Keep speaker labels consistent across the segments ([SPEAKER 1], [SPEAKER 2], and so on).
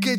[SPEAKER 1] Keď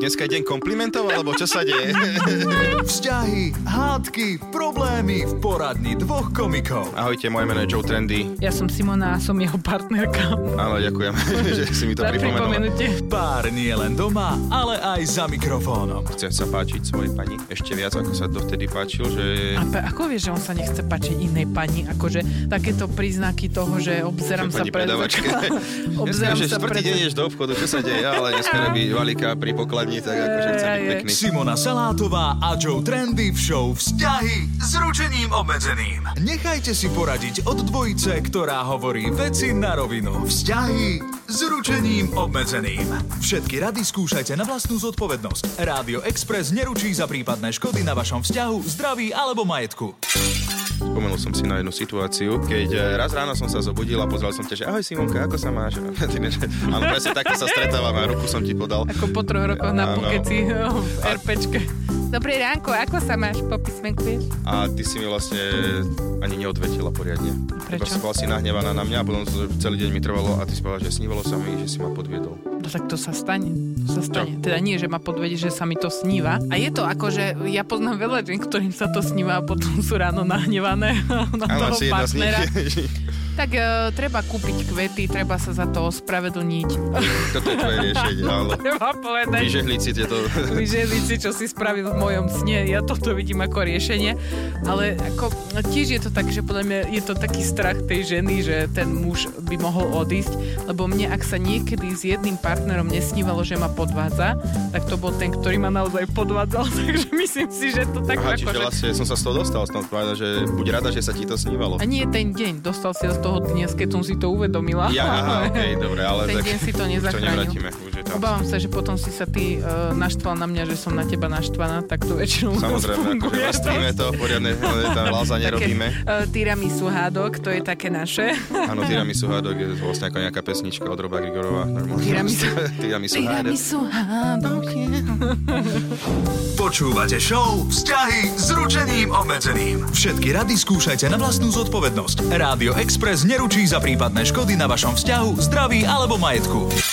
[SPEAKER 2] dneska je deň komplimentov, alebo čo sa deje?
[SPEAKER 1] Vzťahy, hádky, problémy v poradni dvoch komikov.
[SPEAKER 2] Ahojte, moje meno je Joe Trendy.
[SPEAKER 3] Ja som Simona a som jeho partnerka.
[SPEAKER 2] Áno, ďakujem, že si mi
[SPEAKER 3] Hm,
[SPEAKER 2] to
[SPEAKER 3] Za
[SPEAKER 2] pripomenul.
[SPEAKER 3] pripomenutie.
[SPEAKER 1] Pár nie len doma, ale aj za mikrofónom.
[SPEAKER 2] Chcem sa páčiť svojej pani ešte viac, ako sa dovtedy páčil, že...
[SPEAKER 3] A pe- ako vieš, že on sa nechce páčiť inej pani? Akože takéto príznaky toho, že obzerám sa
[SPEAKER 2] Hm, Pani
[SPEAKER 3] pred
[SPEAKER 2] predavačke.
[SPEAKER 3] zrkadlom.
[SPEAKER 2] Dneska,
[SPEAKER 3] Obzerám
[SPEAKER 2] že
[SPEAKER 3] sa
[SPEAKER 2] štvrtý
[SPEAKER 3] pred
[SPEAKER 2] deň ideš do obchodu, čo sa deje, ale dneska robí valika pri pokladni, tak akože chcem byť
[SPEAKER 3] Ej, ej.
[SPEAKER 2] pekný.
[SPEAKER 1] Simona Salátová a Joe Trendy v show Vzťahy s ručením obmedzeným. Nechajte si poradiť od dvojice, ktorá hovorí veci na rovinu. Vzťahy s ručením obmedzeným. Všetky rady skúšajte na vlastnú zodpovednosť. Rádio Express neručí za prípadné škody na vašom vzťahu, zdraví alebo majetku.
[SPEAKER 2] Spomenul som si na jednu situáciu, keď e, raz ráno som sa zobudil a pozrel som ťa, že ahoj Simonka, ako sa máš? A ty mi- Áno, presne takto sa stretávame, ruku som ti podal.
[SPEAKER 3] Ako po troch rokoch na
[SPEAKER 2] Áno.
[SPEAKER 3] bukeci v RPčke. Dobré ránko, ako sa máš po písmenku, vieš?
[SPEAKER 2] a ty si mi vlastne ani neodvetila poriadne.
[SPEAKER 3] Prečo?
[SPEAKER 2] Iba si bola si nahnevaná na mňa a potom to celý deň mi trvalo a ty si povedala, že snívalo sa mi, že si ma podviedol.
[SPEAKER 3] No tak to sa stane. To sa stane. Teda nie, že ma podvedie, že sa mi to sníva. A je to ako, že ja poznám veľa žien, ktorým sa to sníva a potom sú ráno nahnevané na
[SPEAKER 2] Áno,
[SPEAKER 3] toho
[SPEAKER 2] si jedna z nich.
[SPEAKER 3] partnera. Tak e, treba kúpiť kvety, treba sa za to ospravedlniť.
[SPEAKER 2] Toto je tvoje riešenie, ale
[SPEAKER 3] treba povedať,
[SPEAKER 2] vyžehli si tieto...
[SPEAKER 3] vyžehliť si, čo si spravil v mojom sne. Ja toto vidím ako riešenie. Ale ako, tiež je to tak, že podľa mňa je to taký strach tej ženy, že ten muž by mohol odísť. Lebo mne, ak sa niekedy s jedným partnerom nesnívalo, že ma podvádza, tak to bol ten, ktorý ma naozaj podvádzal. Takže myslím si, že to tak akože-
[SPEAKER 2] Aha,
[SPEAKER 3] ako,
[SPEAKER 2] čiže
[SPEAKER 3] že...
[SPEAKER 2] vlastne som sa z toho dostal, som povedal, že buď rada, že sa ti to snívalo.
[SPEAKER 3] A nie ten deň, dostal si z toho dnes, keď som si to uvedomila.
[SPEAKER 2] Ja, aha, okej, dobre, ale
[SPEAKER 3] Ten
[SPEAKER 2] tak...
[SPEAKER 3] deň si to
[SPEAKER 2] Už to
[SPEAKER 3] nezachránil.
[SPEAKER 2] nevrátime, už je tam.
[SPEAKER 3] Obávam sa, že potom si sa ty uh, naštval na mňa, že som na teba naštvaná, tak to väčšinou
[SPEAKER 2] Samozrejme, akože
[SPEAKER 3] funguje.
[SPEAKER 2] nastríme to, poriadne e, tam láza nerobíme.
[SPEAKER 3] Uh, tiramisu hádok, to je také naše.
[SPEAKER 2] Áno, tiramisu hádok je vlastne ako nejaká pesnička od Roba Grigorová. normálne.
[SPEAKER 3] Tiramisu.
[SPEAKER 2] tiramisu hádok.
[SPEAKER 3] hádok.
[SPEAKER 1] Počúvate show Vzťahy s ručením obmedzeným. Všetky rady skúšajte na vlastnú zodpovednosť. Rádio Express neručí za prípadné škody na vašom vzťahu, zdraví alebo majetku.